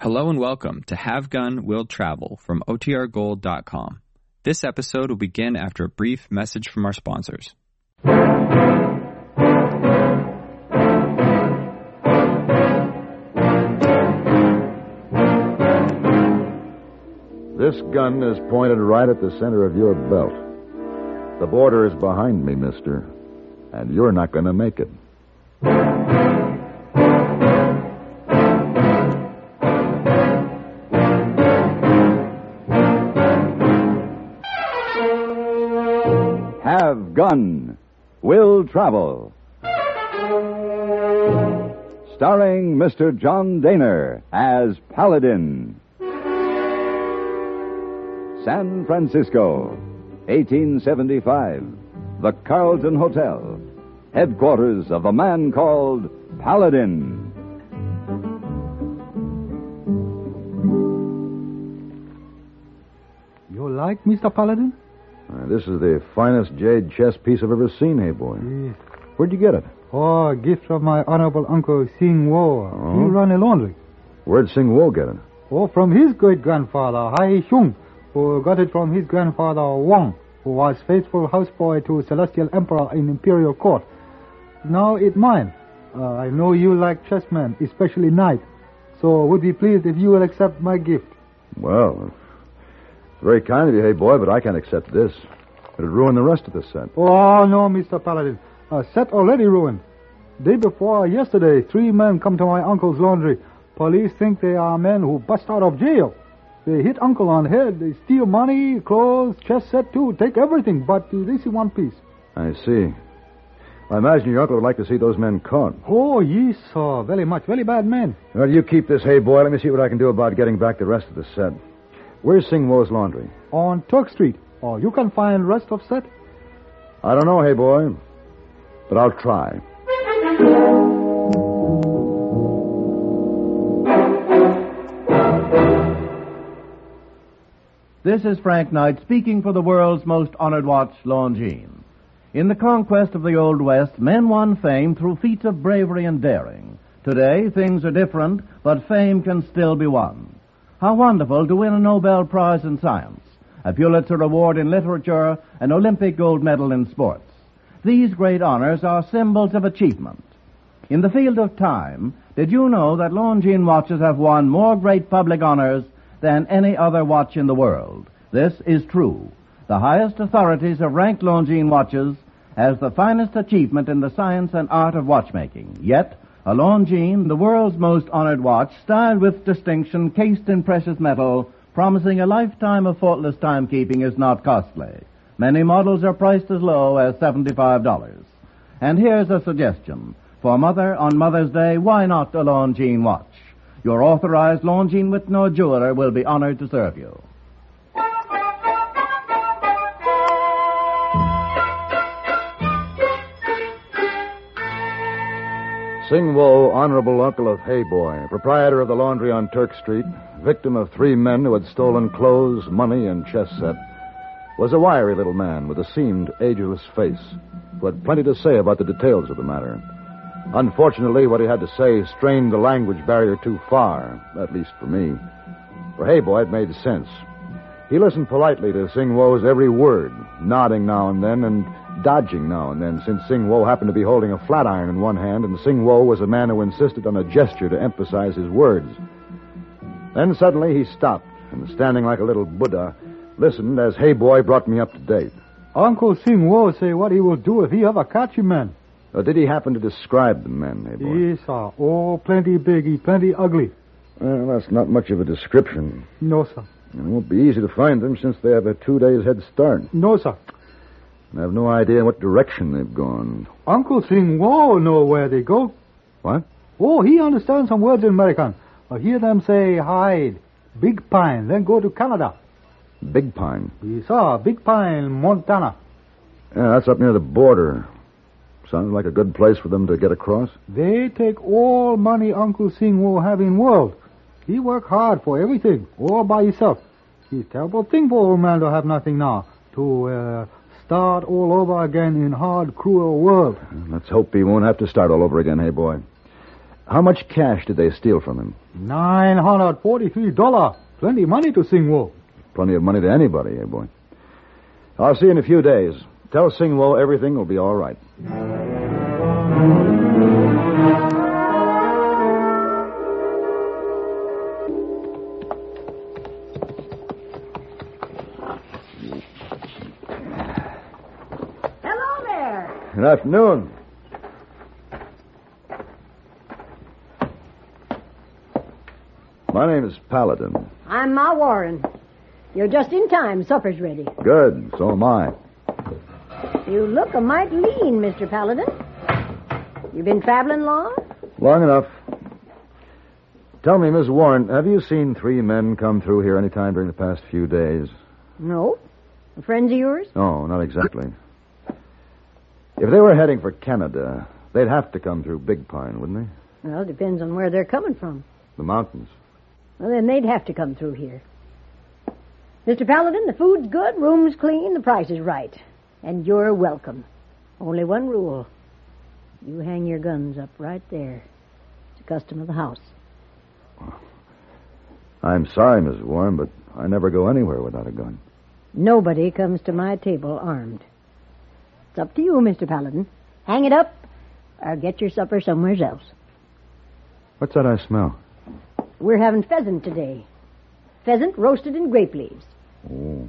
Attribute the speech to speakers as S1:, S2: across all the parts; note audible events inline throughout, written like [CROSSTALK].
S1: Hello and welcome to Have Gun Will Travel from OTRGold.com. This episode will begin after a brief message from our sponsors.
S2: This gun is pointed right at the center of your belt. The border is behind me, mister, and you're not going to make it.
S3: Have Gun Will Travel. Starring Mr. John Daner as Paladin. San Francisco, 1875. The Carlton Hotel, headquarters of a man called Paladin.
S4: You like Mr. Paladin?
S2: Uh, this is the finest jade chess piece I've ever seen, hey boy.
S4: Yes.
S2: Where'd you get it?
S4: Oh, a gift of my honorable uncle Sing Wo. He run a laundry.
S2: Where'd Sing Wo get it?
S4: Oh, from his great grandfather, Hai Shung, who got it from his grandfather Wang, who was faithful houseboy to Celestial Emperor in Imperial Court. Now it mine. Uh, I know you like chessmen, especially knight. So would be pleased if you will accept my gift.
S2: Well, it's very kind of you, hey boy, but I can't accept this. It'd ruin the rest of the set.
S4: Oh, no, Mr. Paladin. A set already ruined. Day before yesterday, three men come to my uncle's laundry. Police think they are men who bust out of jail. They hit uncle on head. They steal money, clothes, chess set too. Take everything, but uh, this is one piece.
S2: I see. I imagine your uncle would like to see those men caught.
S4: Oh, yes, sir. Very much. Very bad man.
S2: Well, you keep this, hey boy. Let me see what I can do about getting back the rest of the set. Where's Sing Wo's laundry?
S4: On Turk Street. Or you can find rest of set.
S2: I don't know, hey boy, but I'll try.
S5: This is Frank Knight speaking for the world's most honored watch, Longines. In the conquest of the Old West, men won fame through feats of bravery and daring. Today, things are different, but fame can still be won. How wonderful to win a Nobel Prize in Science, a Pulitzer Award in Literature, an Olympic gold medal in sports. These great honors are symbols of achievement. In the field of time, did you know that Longines watches have won more great public honors than any other watch in the world? This is true. The highest authorities have ranked Longines watches as the finest achievement in the science and art of watchmaking. Yet, a Longines, the world's most honored watch, styled with distinction, cased in precious metal, promising a lifetime of faultless timekeeping, is not costly. Many models are priced as low as $75. And here's a suggestion. For Mother, on Mother's Day, why not a Longines watch? Your authorized Longines Whitnor jeweler will be honored to serve you.
S2: Sing Wo, honorable uncle of Hey Boy, proprietor of the laundry on Turk Street, victim of three men who had stolen clothes, money, and chess set, was a wiry little man with a seamed, ageless face who had plenty to say about the details of the matter. Unfortunately, what he had to say strained the language barrier too far, at least for me. For Hey Boy, it made sense. He listened politely to Sing Wo's every word, nodding now and then and dodging now and then, since Sing Wo happened to be holding a flat iron in one hand, and Sing Wo was a man who insisted on a gesture to emphasize his words. Then suddenly he stopped, and standing like a little Buddha, listened as Hey Boy brought me up to date.
S4: Uncle Sing Wo say what he will do if he ever catch a man.
S2: Now, Uh, did he happen to describe the men, Hey Boy?
S4: Yes, sir. Oh, plenty big, he plenty ugly.
S2: Well, that's not much of a description.
S4: No, sir.
S2: It won't be easy to find them since they have a two days head start.
S4: No, sir.
S2: And I have no idea what direction they've gone.
S4: Uncle Sing Wo know where they go.
S2: What?
S4: Oh, he understands some words in American. I hear them say hide, big pine, then go to Canada.
S2: Big Pine.
S4: We saw big pine, Montana.
S2: Yeah, that's up near the border. Sounds like a good place for them to get across.
S4: They take all money Uncle Sing will have in world. He work hard for everything, all by himself. It's terrible thing for old man to have nothing now, to uh, start all over again in hard, cruel world.
S2: Let's hope he won't have to start all over again, hey boy. How much cash did they steal from him?
S4: $943. Plenty money to Sing Wo.
S2: Plenty of money to anybody, eh, boy? I'll see you in a few days. Tell Singwo everything will be all right.
S6: Hello there.
S2: Good afternoon. My name is Paladin.
S6: I'm Ma Warren. You're just in time. Supper's ready.
S2: Good, so am I.
S6: You look a mite lean, Mr. Paladin. You been traveling long?
S2: Long enough. Tell me, Miss Warren, have you seen three men come through here any time during the past few days?
S6: No. Friends of yours?
S2: No, not exactly. If they were heading for Canada, they'd have to come through Big Pine, wouldn't they?
S6: Well, depends on where they're coming from.
S2: The mountains.
S6: Well, then they'd have to come through here. Mr. Paladin, the food's good, room's clean, the price is right. And you're welcome. Only one rule. You hang your guns up right there. It's a custom of the house.
S2: I'm sorry, Miss Warren, but I never go anywhere without a gun.
S6: Nobody comes to my table armed. It's up to you, Mr. Paladin. Hang it up or get your supper somewhere else.
S2: What's that I smell?
S6: We're having pheasant today. Pheasant roasted in grape leaves.
S2: Oh.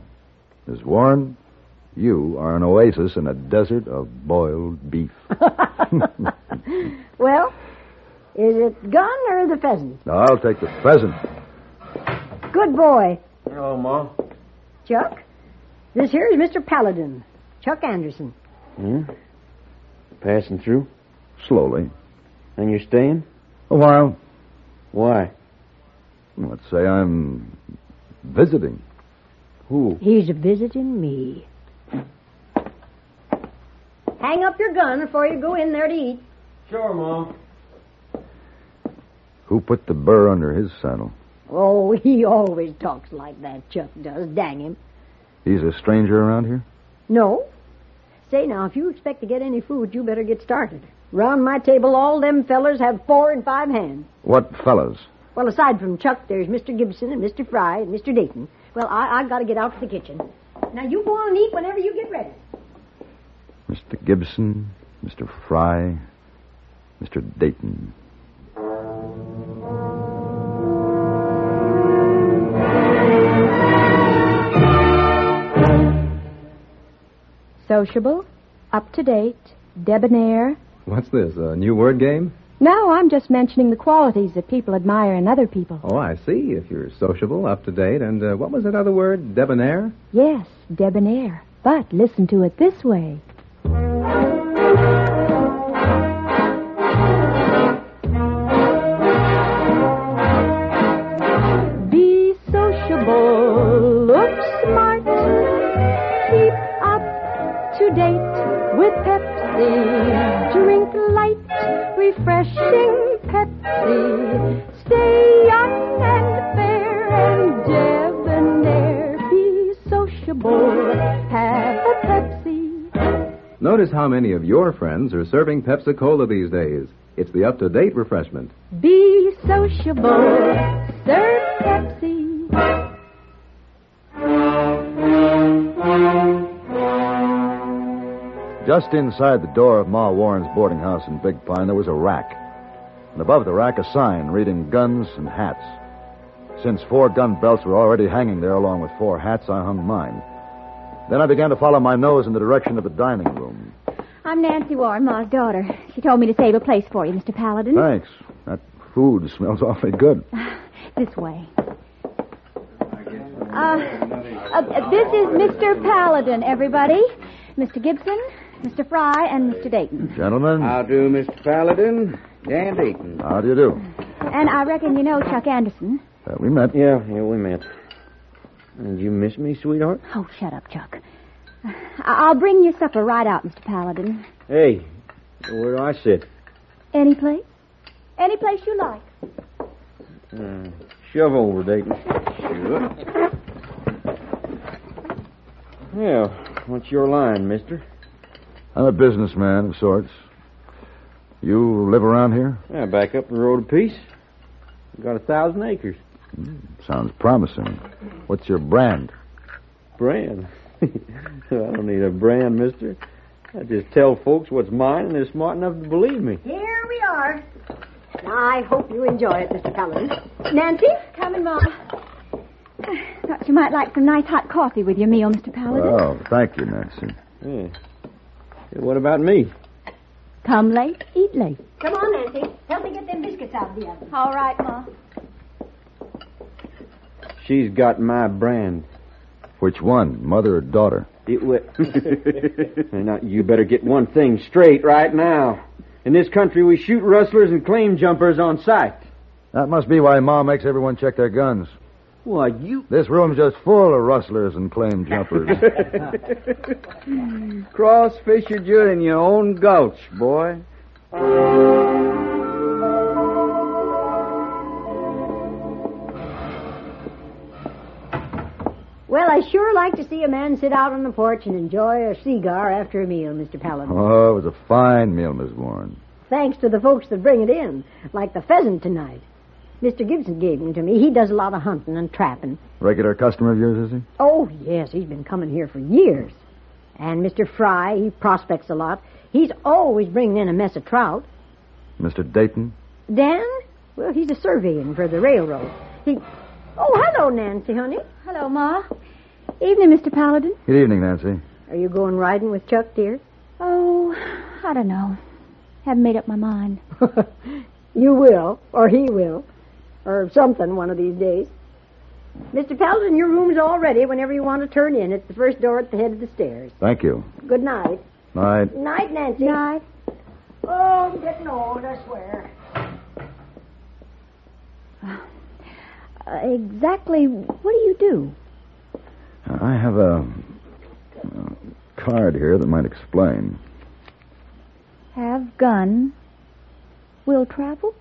S2: Miss Warren, you are an oasis in a desert of boiled beef.
S6: Well, is it gun or the pheasant?
S2: Now, I'll take the pheasant.
S6: Good boy.
S5: Hello, Ma.
S6: Chuck, this here is Mr. Paladin, Chuck Anderson.
S7: Passing through?
S2: Slowly.
S7: And you're staying?
S2: A while.
S7: Why?
S2: Let's say I'm visiting.
S7: Who?
S6: He's visiting me. Hang up your gun before you go in there to eat.
S7: Sure, Mom.
S2: Who put the burr under his saddle?
S6: Oh, [LAUGHS] he always talks like that, Chuck does. Dang him.
S2: He's a stranger around here?
S6: No. Say now, if you expect to get any food, you better get started. Round my table, all them fellers have four and five hands.
S2: What fellows?
S6: Well, aside from Chuck, there's Mr. Gibson and Mr. Fry and Mr. Dayton. Well, I, I've got to get out to the kitchen. Now, you go on and eat whenever you get ready.
S2: Mr. Gibson, Mr. Fry, Mr. Dayton.
S8: sociable, up to date, debonair.
S9: What's this, a new word game?
S8: No, I'm just mentioning the qualities that people admire in other people.
S9: Oh, I see. If you're sociable, up to date, and uh, what was that other word? Debonair?
S8: Yes, debonair. But listen to it this way. Be sociable, look smart, keep up to date with Pepsi, drink light, refreshing Pepsi, stay young and fair and debonair, be sociable, have a Pepsi.
S9: Notice how many of your friends are serving Pepsi Cola these days. It's the up to date refreshment.
S8: Be sociable. Serve Pepsi.
S2: Just inside the door of Ma Warren's boarding house in Big Pine, there was a rack. And above the rack, a sign reading guns and hats. Since four gun belts were already hanging there along with four hats, I hung mine. Then I began to follow my nose in the direction of the dining room.
S8: I'm Nancy Warren, Ma's daughter. She told me to save a place for you, Mr. Paladin.
S2: Thanks. That food smells [LAUGHS] awfully good.
S8: This way. Uh, uh, this is Mr. Paladin, everybody. Mr. Gibson, Mr. Fry, and Mr. Dayton.
S2: Gentlemen,
S7: I'll do, Mr. Paladin. Dan Dayton.
S2: how do you do?
S8: And I reckon you know Chuck Anderson.
S2: Uh, we met.
S7: Yeah, yeah, we met. Did you miss me, sweetheart?
S8: Oh, shut up, Chuck. Uh, I- I'll bring your supper right out, Mr. Paladin.
S7: Hey, where do I sit?
S8: Any place? Any place you like.
S7: Shove over, Dayton. Sure. Yeah, what's your line, mister?
S2: I'm a businessman of sorts. You live around here?
S7: Yeah, back up the road a piece. Got a thousand acres.
S2: Sounds promising. What's your brand?
S7: Brand. [LAUGHS] I don't need a brand, mister. I just tell folks what's mine and they're smart enough to believe me.
S6: Here we are. I hope you enjoy it, Mr. Paladin. Nancy?
S8: Coming, Mom. Uh, Thought you might like some nice hot coffee with your meal, Mr. Paladin.
S6: Uh.
S2: Well, thank you, Nancy.
S7: Yeah. Hey, what about me?
S8: Come late, eat late.
S6: Come on, Nancy. Help me get them biscuits out of the oven.
S8: All right, Ma.
S7: She's got my brand.
S2: Which one, mother or daughter?
S7: It [LAUGHS] wi- now, you better get one thing straight right now. In this country, we shoot rustlers and claim jumpers on sight.
S2: That must be why Ma makes everyone check their guns.
S7: Why, you
S2: This room's just full of rustlers and claim
S7: [LAUGHS]
S2: jumpers.
S7: cross fishered you in your own gulch, boy.
S6: Well, I sure like to see a man sit out on the porch and enjoy a cigar after a meal, Mr. Paladin.
S2: oh, it was a fine meal, Miss Warren.
S6: Thanks to the folks that bring it in, like the pheasant tonight. Mr. Gibson gave him to me. He does a lot of hunting and trapping.
S2: Regular customer of yours, is he?
S6: Oh, yes, he's been coming here for years. And Mr. Fry, he prospects a lot. He's always bringing in a mess of trout.
S2: Mr. Dayton?
S6: Dan, well, he's a surveying for the railroad. He. Oh, hello, Nancy, honey.
S8: Hello, Ma. Evening, Mr. Paladin.
S2: Good evening, Nancy.
S6: Are you going riding with Chuck, dear? [LAUGHS]
S8: Oh, I don't know. Haven't made up my mind.
S6: you will, or he will, or something one of these days. Mr. Paladin, your room's all ready whenever you want to turn in. It's the first door at the head of the stairs.
S2: Thank you.
S6: Good night.
S2: Night.
S6: Night, Nancy.
S8: Night.
S6: Oh, I'm getting old, I swear.
S8: Uh, exactly what do you do?
S2: I have a, a card here that might explain.
S8: Have gun. Will travel?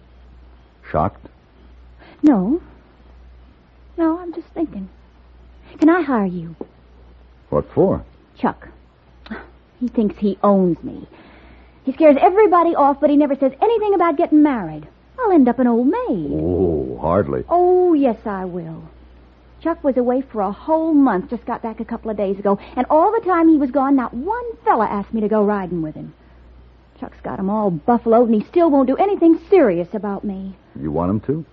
S2: Shocked?
S8: No. No, I'm just thinking. Can I hire you?
S2: What for?
S8: Chuck. He thinks he owns me. He scares everybody off, but he never says anything about getting married. I'll end up an old maid.
S2: Oh, hardly.
S8: Oh, yes, I will. Chuck was away for a whole month, just got back a couple of days ago, and all the time he was gone, not one fella asked me to go riding with him. Chuck's got 'em all buffaloed, and he still won't do anything serious about me.
S2: You want him to?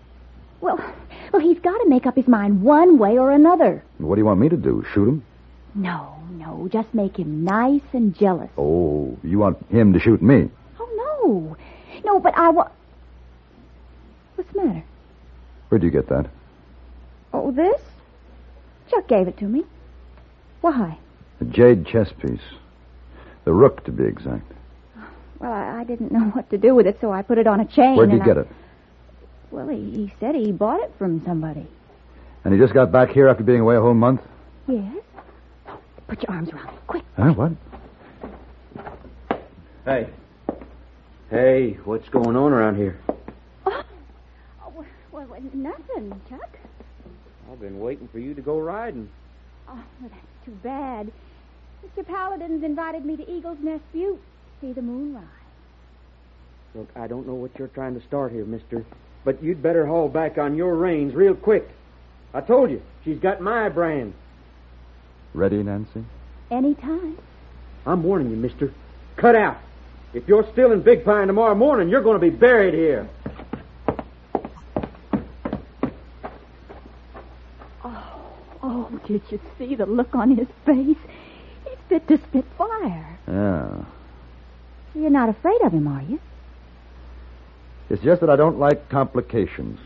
S8: Well, well, he's got to make up his mind one way or another.
S2: What do you want me to do? Shoot him?
S8: No, no, just make him nice and jealous.
S2: Oh, you want him to shoot me?
S8: Oh, no. No, but I wa. What's the matter?
S2: Where'd you get that?
S8: Oh, this? Chuck gave it to me. Why?
S2: A jade chess piece. The rook, to be exact.
S8: Well, I, I didn't [LAUGHS] know what to do with it, so I put it on a chain.
S2: Where'd you
S8: and
S2: get
S8: I-
S2: it?
S8: Well, he, he said he bought it from somebody.
S2: And he just got back here after being away a whole month?
S8: Yes? Oh, Put your arms around me, quick.
S2: Huh? What?
S7: Hey. Hey, what's going on around here?
S8: Oh, oh well, well, nothing, Chuck.
S7: I've been waiting for you to go riding.
S8: Oh, well, that's too bad. Mr. Paladin's invited me to Eagle's Nest Butte to see the moon rise.
S7: Look, I don't know what you're trying to start here, mister, but you'd better haul back on your reins real quick. I told you, she's got my brand.
S2: Ready, Nancy?
S8: Any time.
S7: I'm warning you, mister. Cut out. If you're still in Big Pine tomorrow morning, you're going to be buried here.
S8: Oh, did you see the look on his face? He's fit to spit fire.
S2: Yeah.
S8: You're not afraid of him, are you?
S2: It's just that I don't like complications.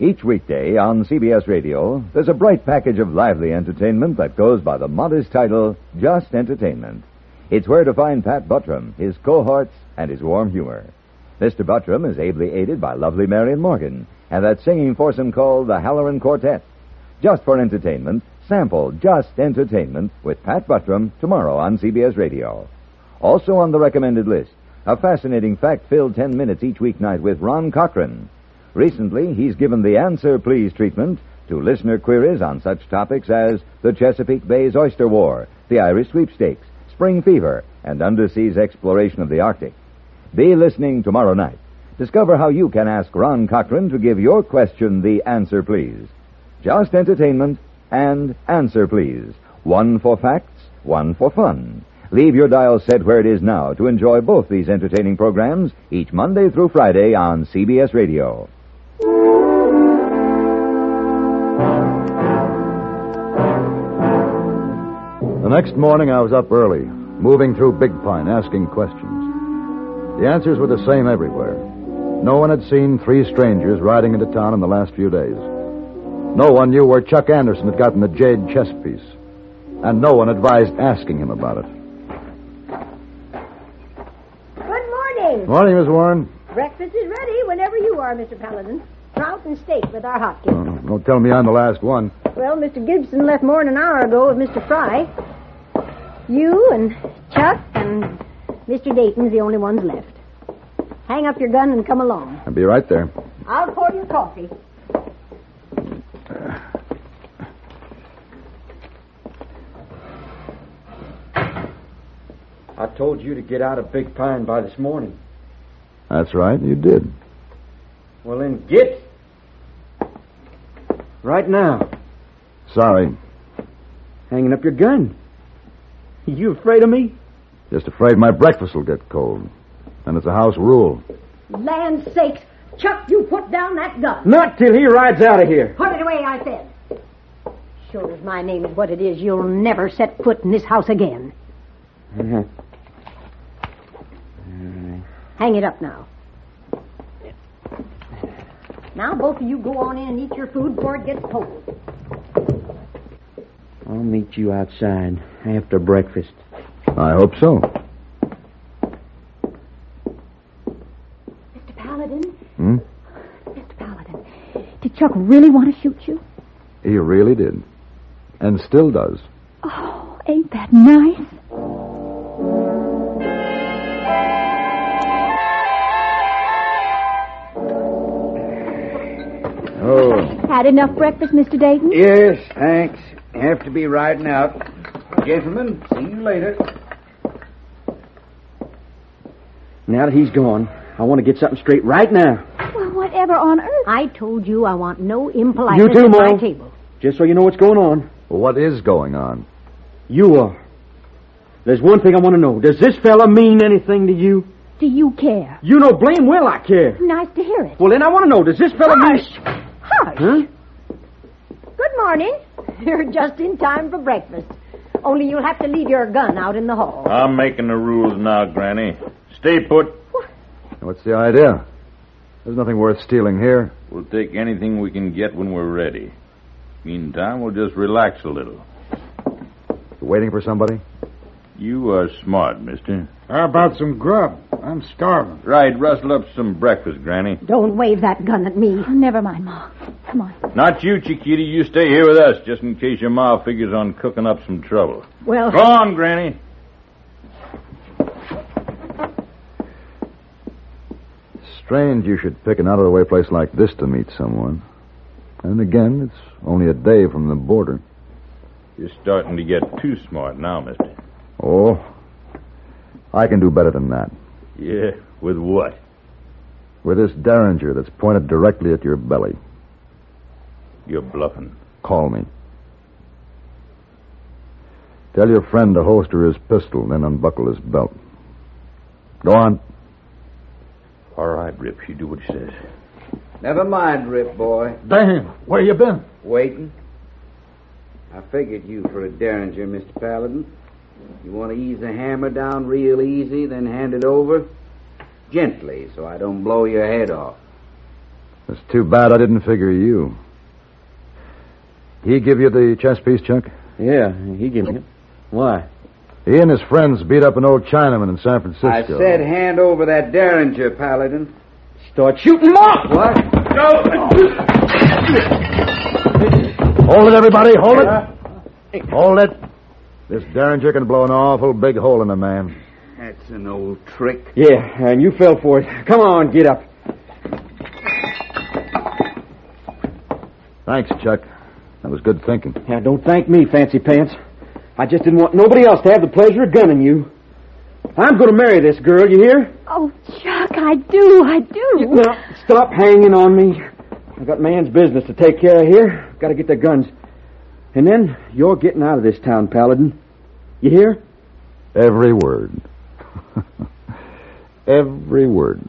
S3: Each weekday on CBS Radio, there's a bright package of lively entertainment that goes by the modest title, Just Entertainment. It's where to find Pat Buttram, his cohorts, and his warm humor. Mr. Buttram is ably aided by lovely Marion Morgan and that singing foursome called the Halloran Quartet. Just for entertainment, sample Just Entertainment with Pat Buttram tomorrow on CBS Radio. Also on the recommended list, a fascinating fact filled 10 minutes each weeknight with Ron Cochran. Recently, he's given the Answer Please treatment to listener queries on such topics as the Chesapeake Bay's Oyster War, the Irish sweepstakes, spring fever, and underseas exploration of the Arctic. Be listening tomorrow night. Discover how you can ask Ron Cochran to give your question the answer, please. Just Entertainment and Answer, please. One for facts, one for fun. Leave your dial set where it is now to enjoy both these entertaining programs each Monday through Friday on CBS Radio.
S2: The next morning, I was up early, moving through Big Pine, asking questions. The answers were the same everywhere. No one had seen three strangers riding into town in the last few days. No one knew where Chuck Anderson had gotten the jade chess piece, and no one advised asking him about it.
S6: Good morning.
S2: Morning, Miss Warren.
S6: Breakfast is ready whenever you are, Mr. Paladin. Trout and steak with our hot cakes.
S2: Oh, don't tell me I'm the last one.
S6: Well, Mr. Gibson left more than an hour ago with Mr. Fry. You and Chuck and Mr. Dayton's the only ones left. Hang up your gun and come along.
S2: I'll be right there.
S6: I'll pour you coffee.
S7: I told you to get out of Big Pine by this morning.
S2: That's right, you did.
S7: Well, then get. Right now.
S2: Sorry.
S7: Hanging up your gun. You afraid of me?
S2: Just afraid my breakfast will get cold. And it's a house rule.
S6: Land sakes. Chuck, you put down that gun.
S7: Not till he rides out of here.
S6: Put it away, I said. Sure as my name is what it is, you'll never set foot in this house again. Hang it up now. Now, both of you go on in and eat your food before it gets cold.
S7: I'll meet you outside after breakfast.
S2: I hope so.
S8: Mr. Paladin,
S2: Hmm?
S8: Mr. Paladin, did Chuck really want to shoot you?
S2: He really did. And still does.
S8: Oh, ain't that nice?
S7: Oh.
S8: Had enough breakfast, Mr. Dayton?
S7: Yes, thanks. Have to be riding out. Gentlemen, see you later. Now that he's gone, I want to get something straight right now.
S8: Well, whatever on earth.
S6: I told you I want no impoliteness
S7: You too,
S6: at my
S7: Mom.
S6: table.
S7: Just so you know what's going on.
S2: Well, what is going on?
S7: You are. There's one thing I want to know. Does this fella mean anything to you?
S8: Do you care?
S7: You know blame well I care.
S8: Nice to hear it.
S7: Well, then I want to know. Does this fella mean...
S6: Hush.
S7: Huh?
S6: Good morning. [LAUGHS] You're just in time for breakfast. Only you'll have to leave your gun out in the hall.
S10: I'm making the rules now, Granny. Stay put.
S2: What's the idea? There's nothing worth stealing here.
S10: We'll take anything we can get when we're ready. Meantime, we'll just relax a little.
S2: You waiting for somebody?
S10: You are smart, mister.
S11: How about some grub? I'm starving.
S10: Right, rustle up some breakfast, Granny.
S6: Don't wave that gun at me.
S8: Oh, never mind, Ma. Come on.
S10: Not you, Chiquita. You stay here with us, just in case your ma figures on cooking up some trouble.
S6: Well,
S10: Go on, Granny.
S2: Strange you should pick an out of the way place like this to meet someone. And again, it's only a day from the border.
S10: You're starting to get too smart now, mister.
S2: Oh, I can do better than that.
S10: Yeah, with what?
S2: With this derringer that's pointed directly at your belly.
S10: You're bluffing.
S2: Call me. Tell your friend to holster his pistol, then unbuckle his belt. Go on.
S10: All right, Rip, you do what he says.
S7: Never mind, Rip boy.
S11: Damn, where you been?
S7: Waiting. I figured you for a derringer, Mr. Paladin. You want to ease the hammer down real easy, then hand it over? Gently, so I don't blow your head off.
S2: It's too bad I didn't figure you. He give you the chess piece, Chuck?
S7: Yeah, he gave me it. Why?
S2: He and his friends beat up an old Chinaman in San Francisco.
S11: I said hand over that derringer, Paladin.
S7: Start shooting him off! What?
S2: Hold it, everybody. Hold it. Hold it. This derringer can blow an awful big hole in a man.
S12: That's an old trick.
S7: Yeah, and you fell for it. Come on, get up.
S5: Thanks, Chuck. That was good thinking.
S7: Now, don't thank me, Fancy Pants. I just didn't want nobody else to have the pleasure of gunning you. I'm going to marry this girl, you hear?
S8: Oh, Chuck, I do, I do.
S7: Now, stop hanging on me. I've got man's business to take care of here. Got to get their guns. And then you're getting out of this town, Paladin. You hear?
S5: Every word.
S2: [LAUGHS]
S5: Every word.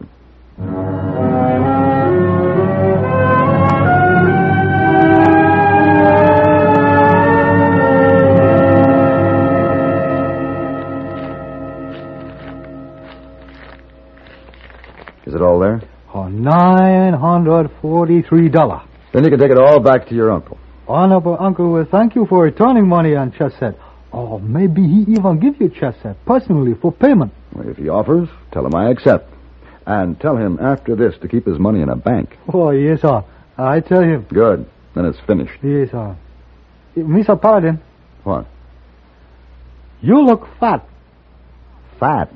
S5: Is it all there?
S4: For $943.
S5: Then you can take it all back to your uncle.
S4: Honorable uncle will thank you for returning money on chess set. Or maybe he even give you chess set personally for payment.
S5: Well, If he offers, tell him I accept. And tell him after this to keep his money in a bank.
S4: Oh, yes, sir. I tell him.
S5: Good. Then it's finished.
S4: Yes, sir. Eh, Mr. Paladin,
S5: What?
S4: you look fat.
S5: Fat.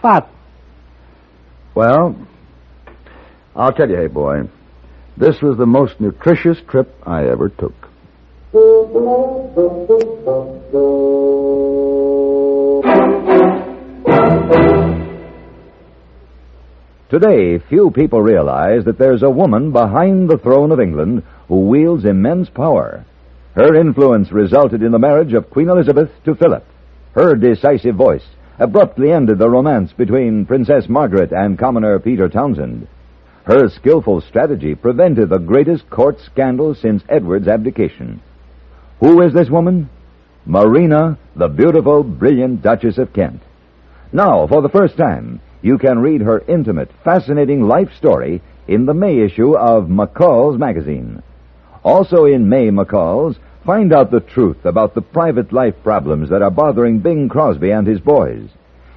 S4: Fat.
S5: Well, I'll tell you, hey boy, this was the most nutritious trip I ever took.
S2: Today, few people realize that there's a woman behind the throne of England who wields immense power. Her influence resulted in the marriage of Queen Elizabeth to Philip. Her decisive voice abruptly ended the romance between Princess Margaret and commoner Peter Townsend. Her skillful strategy prevented the greatest court scandal since Edward's abdication. Who is this woman? Marina, the beautiful, brilliant Duchess of Kent. Now, for the first time, you can read her intimate, fascinating life story in the May issue of McCall's magazine. Also in May McCall's, find out the truth about the private life problems that are bothering Bing Crosby and his boys.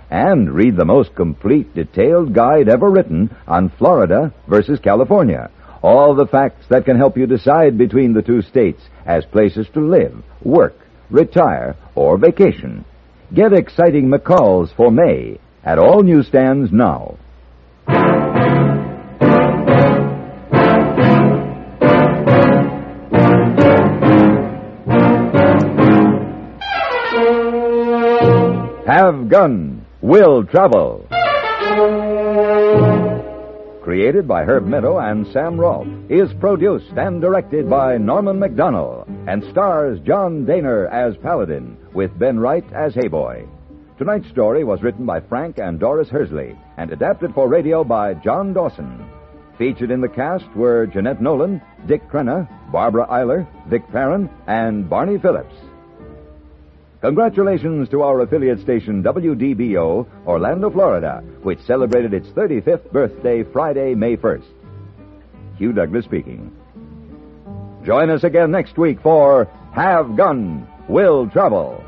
S2: And read the most complete, detailed guide ever written on Florida versus California. All the facts that can help you decide between the two states as places to live, work, retire, or vacation. Get exciting McCalls for May at all newsstands now. Have Gun Will Travel. Created by Herb Meadow and Sam Rolfe, is produced and directed by Norman McDonnell and stars John Daner as Paladin with Ben Wright as Hayboy. Tonight's story was written by Frank and Doris Hersley and adapted for radio by John Dawson. Featured in the cast were Jeanette Nolan, Dick Crenna, Barbara Eiler, Vic Perrin, and Barney Phillips. Congratulations to our affiliate station WDBO, Orlando, Florida, which celebrated its 35th birthday Friday, May 1st. Hugh Douglas speaking. Join us again next week for Have Gun, Will Travel.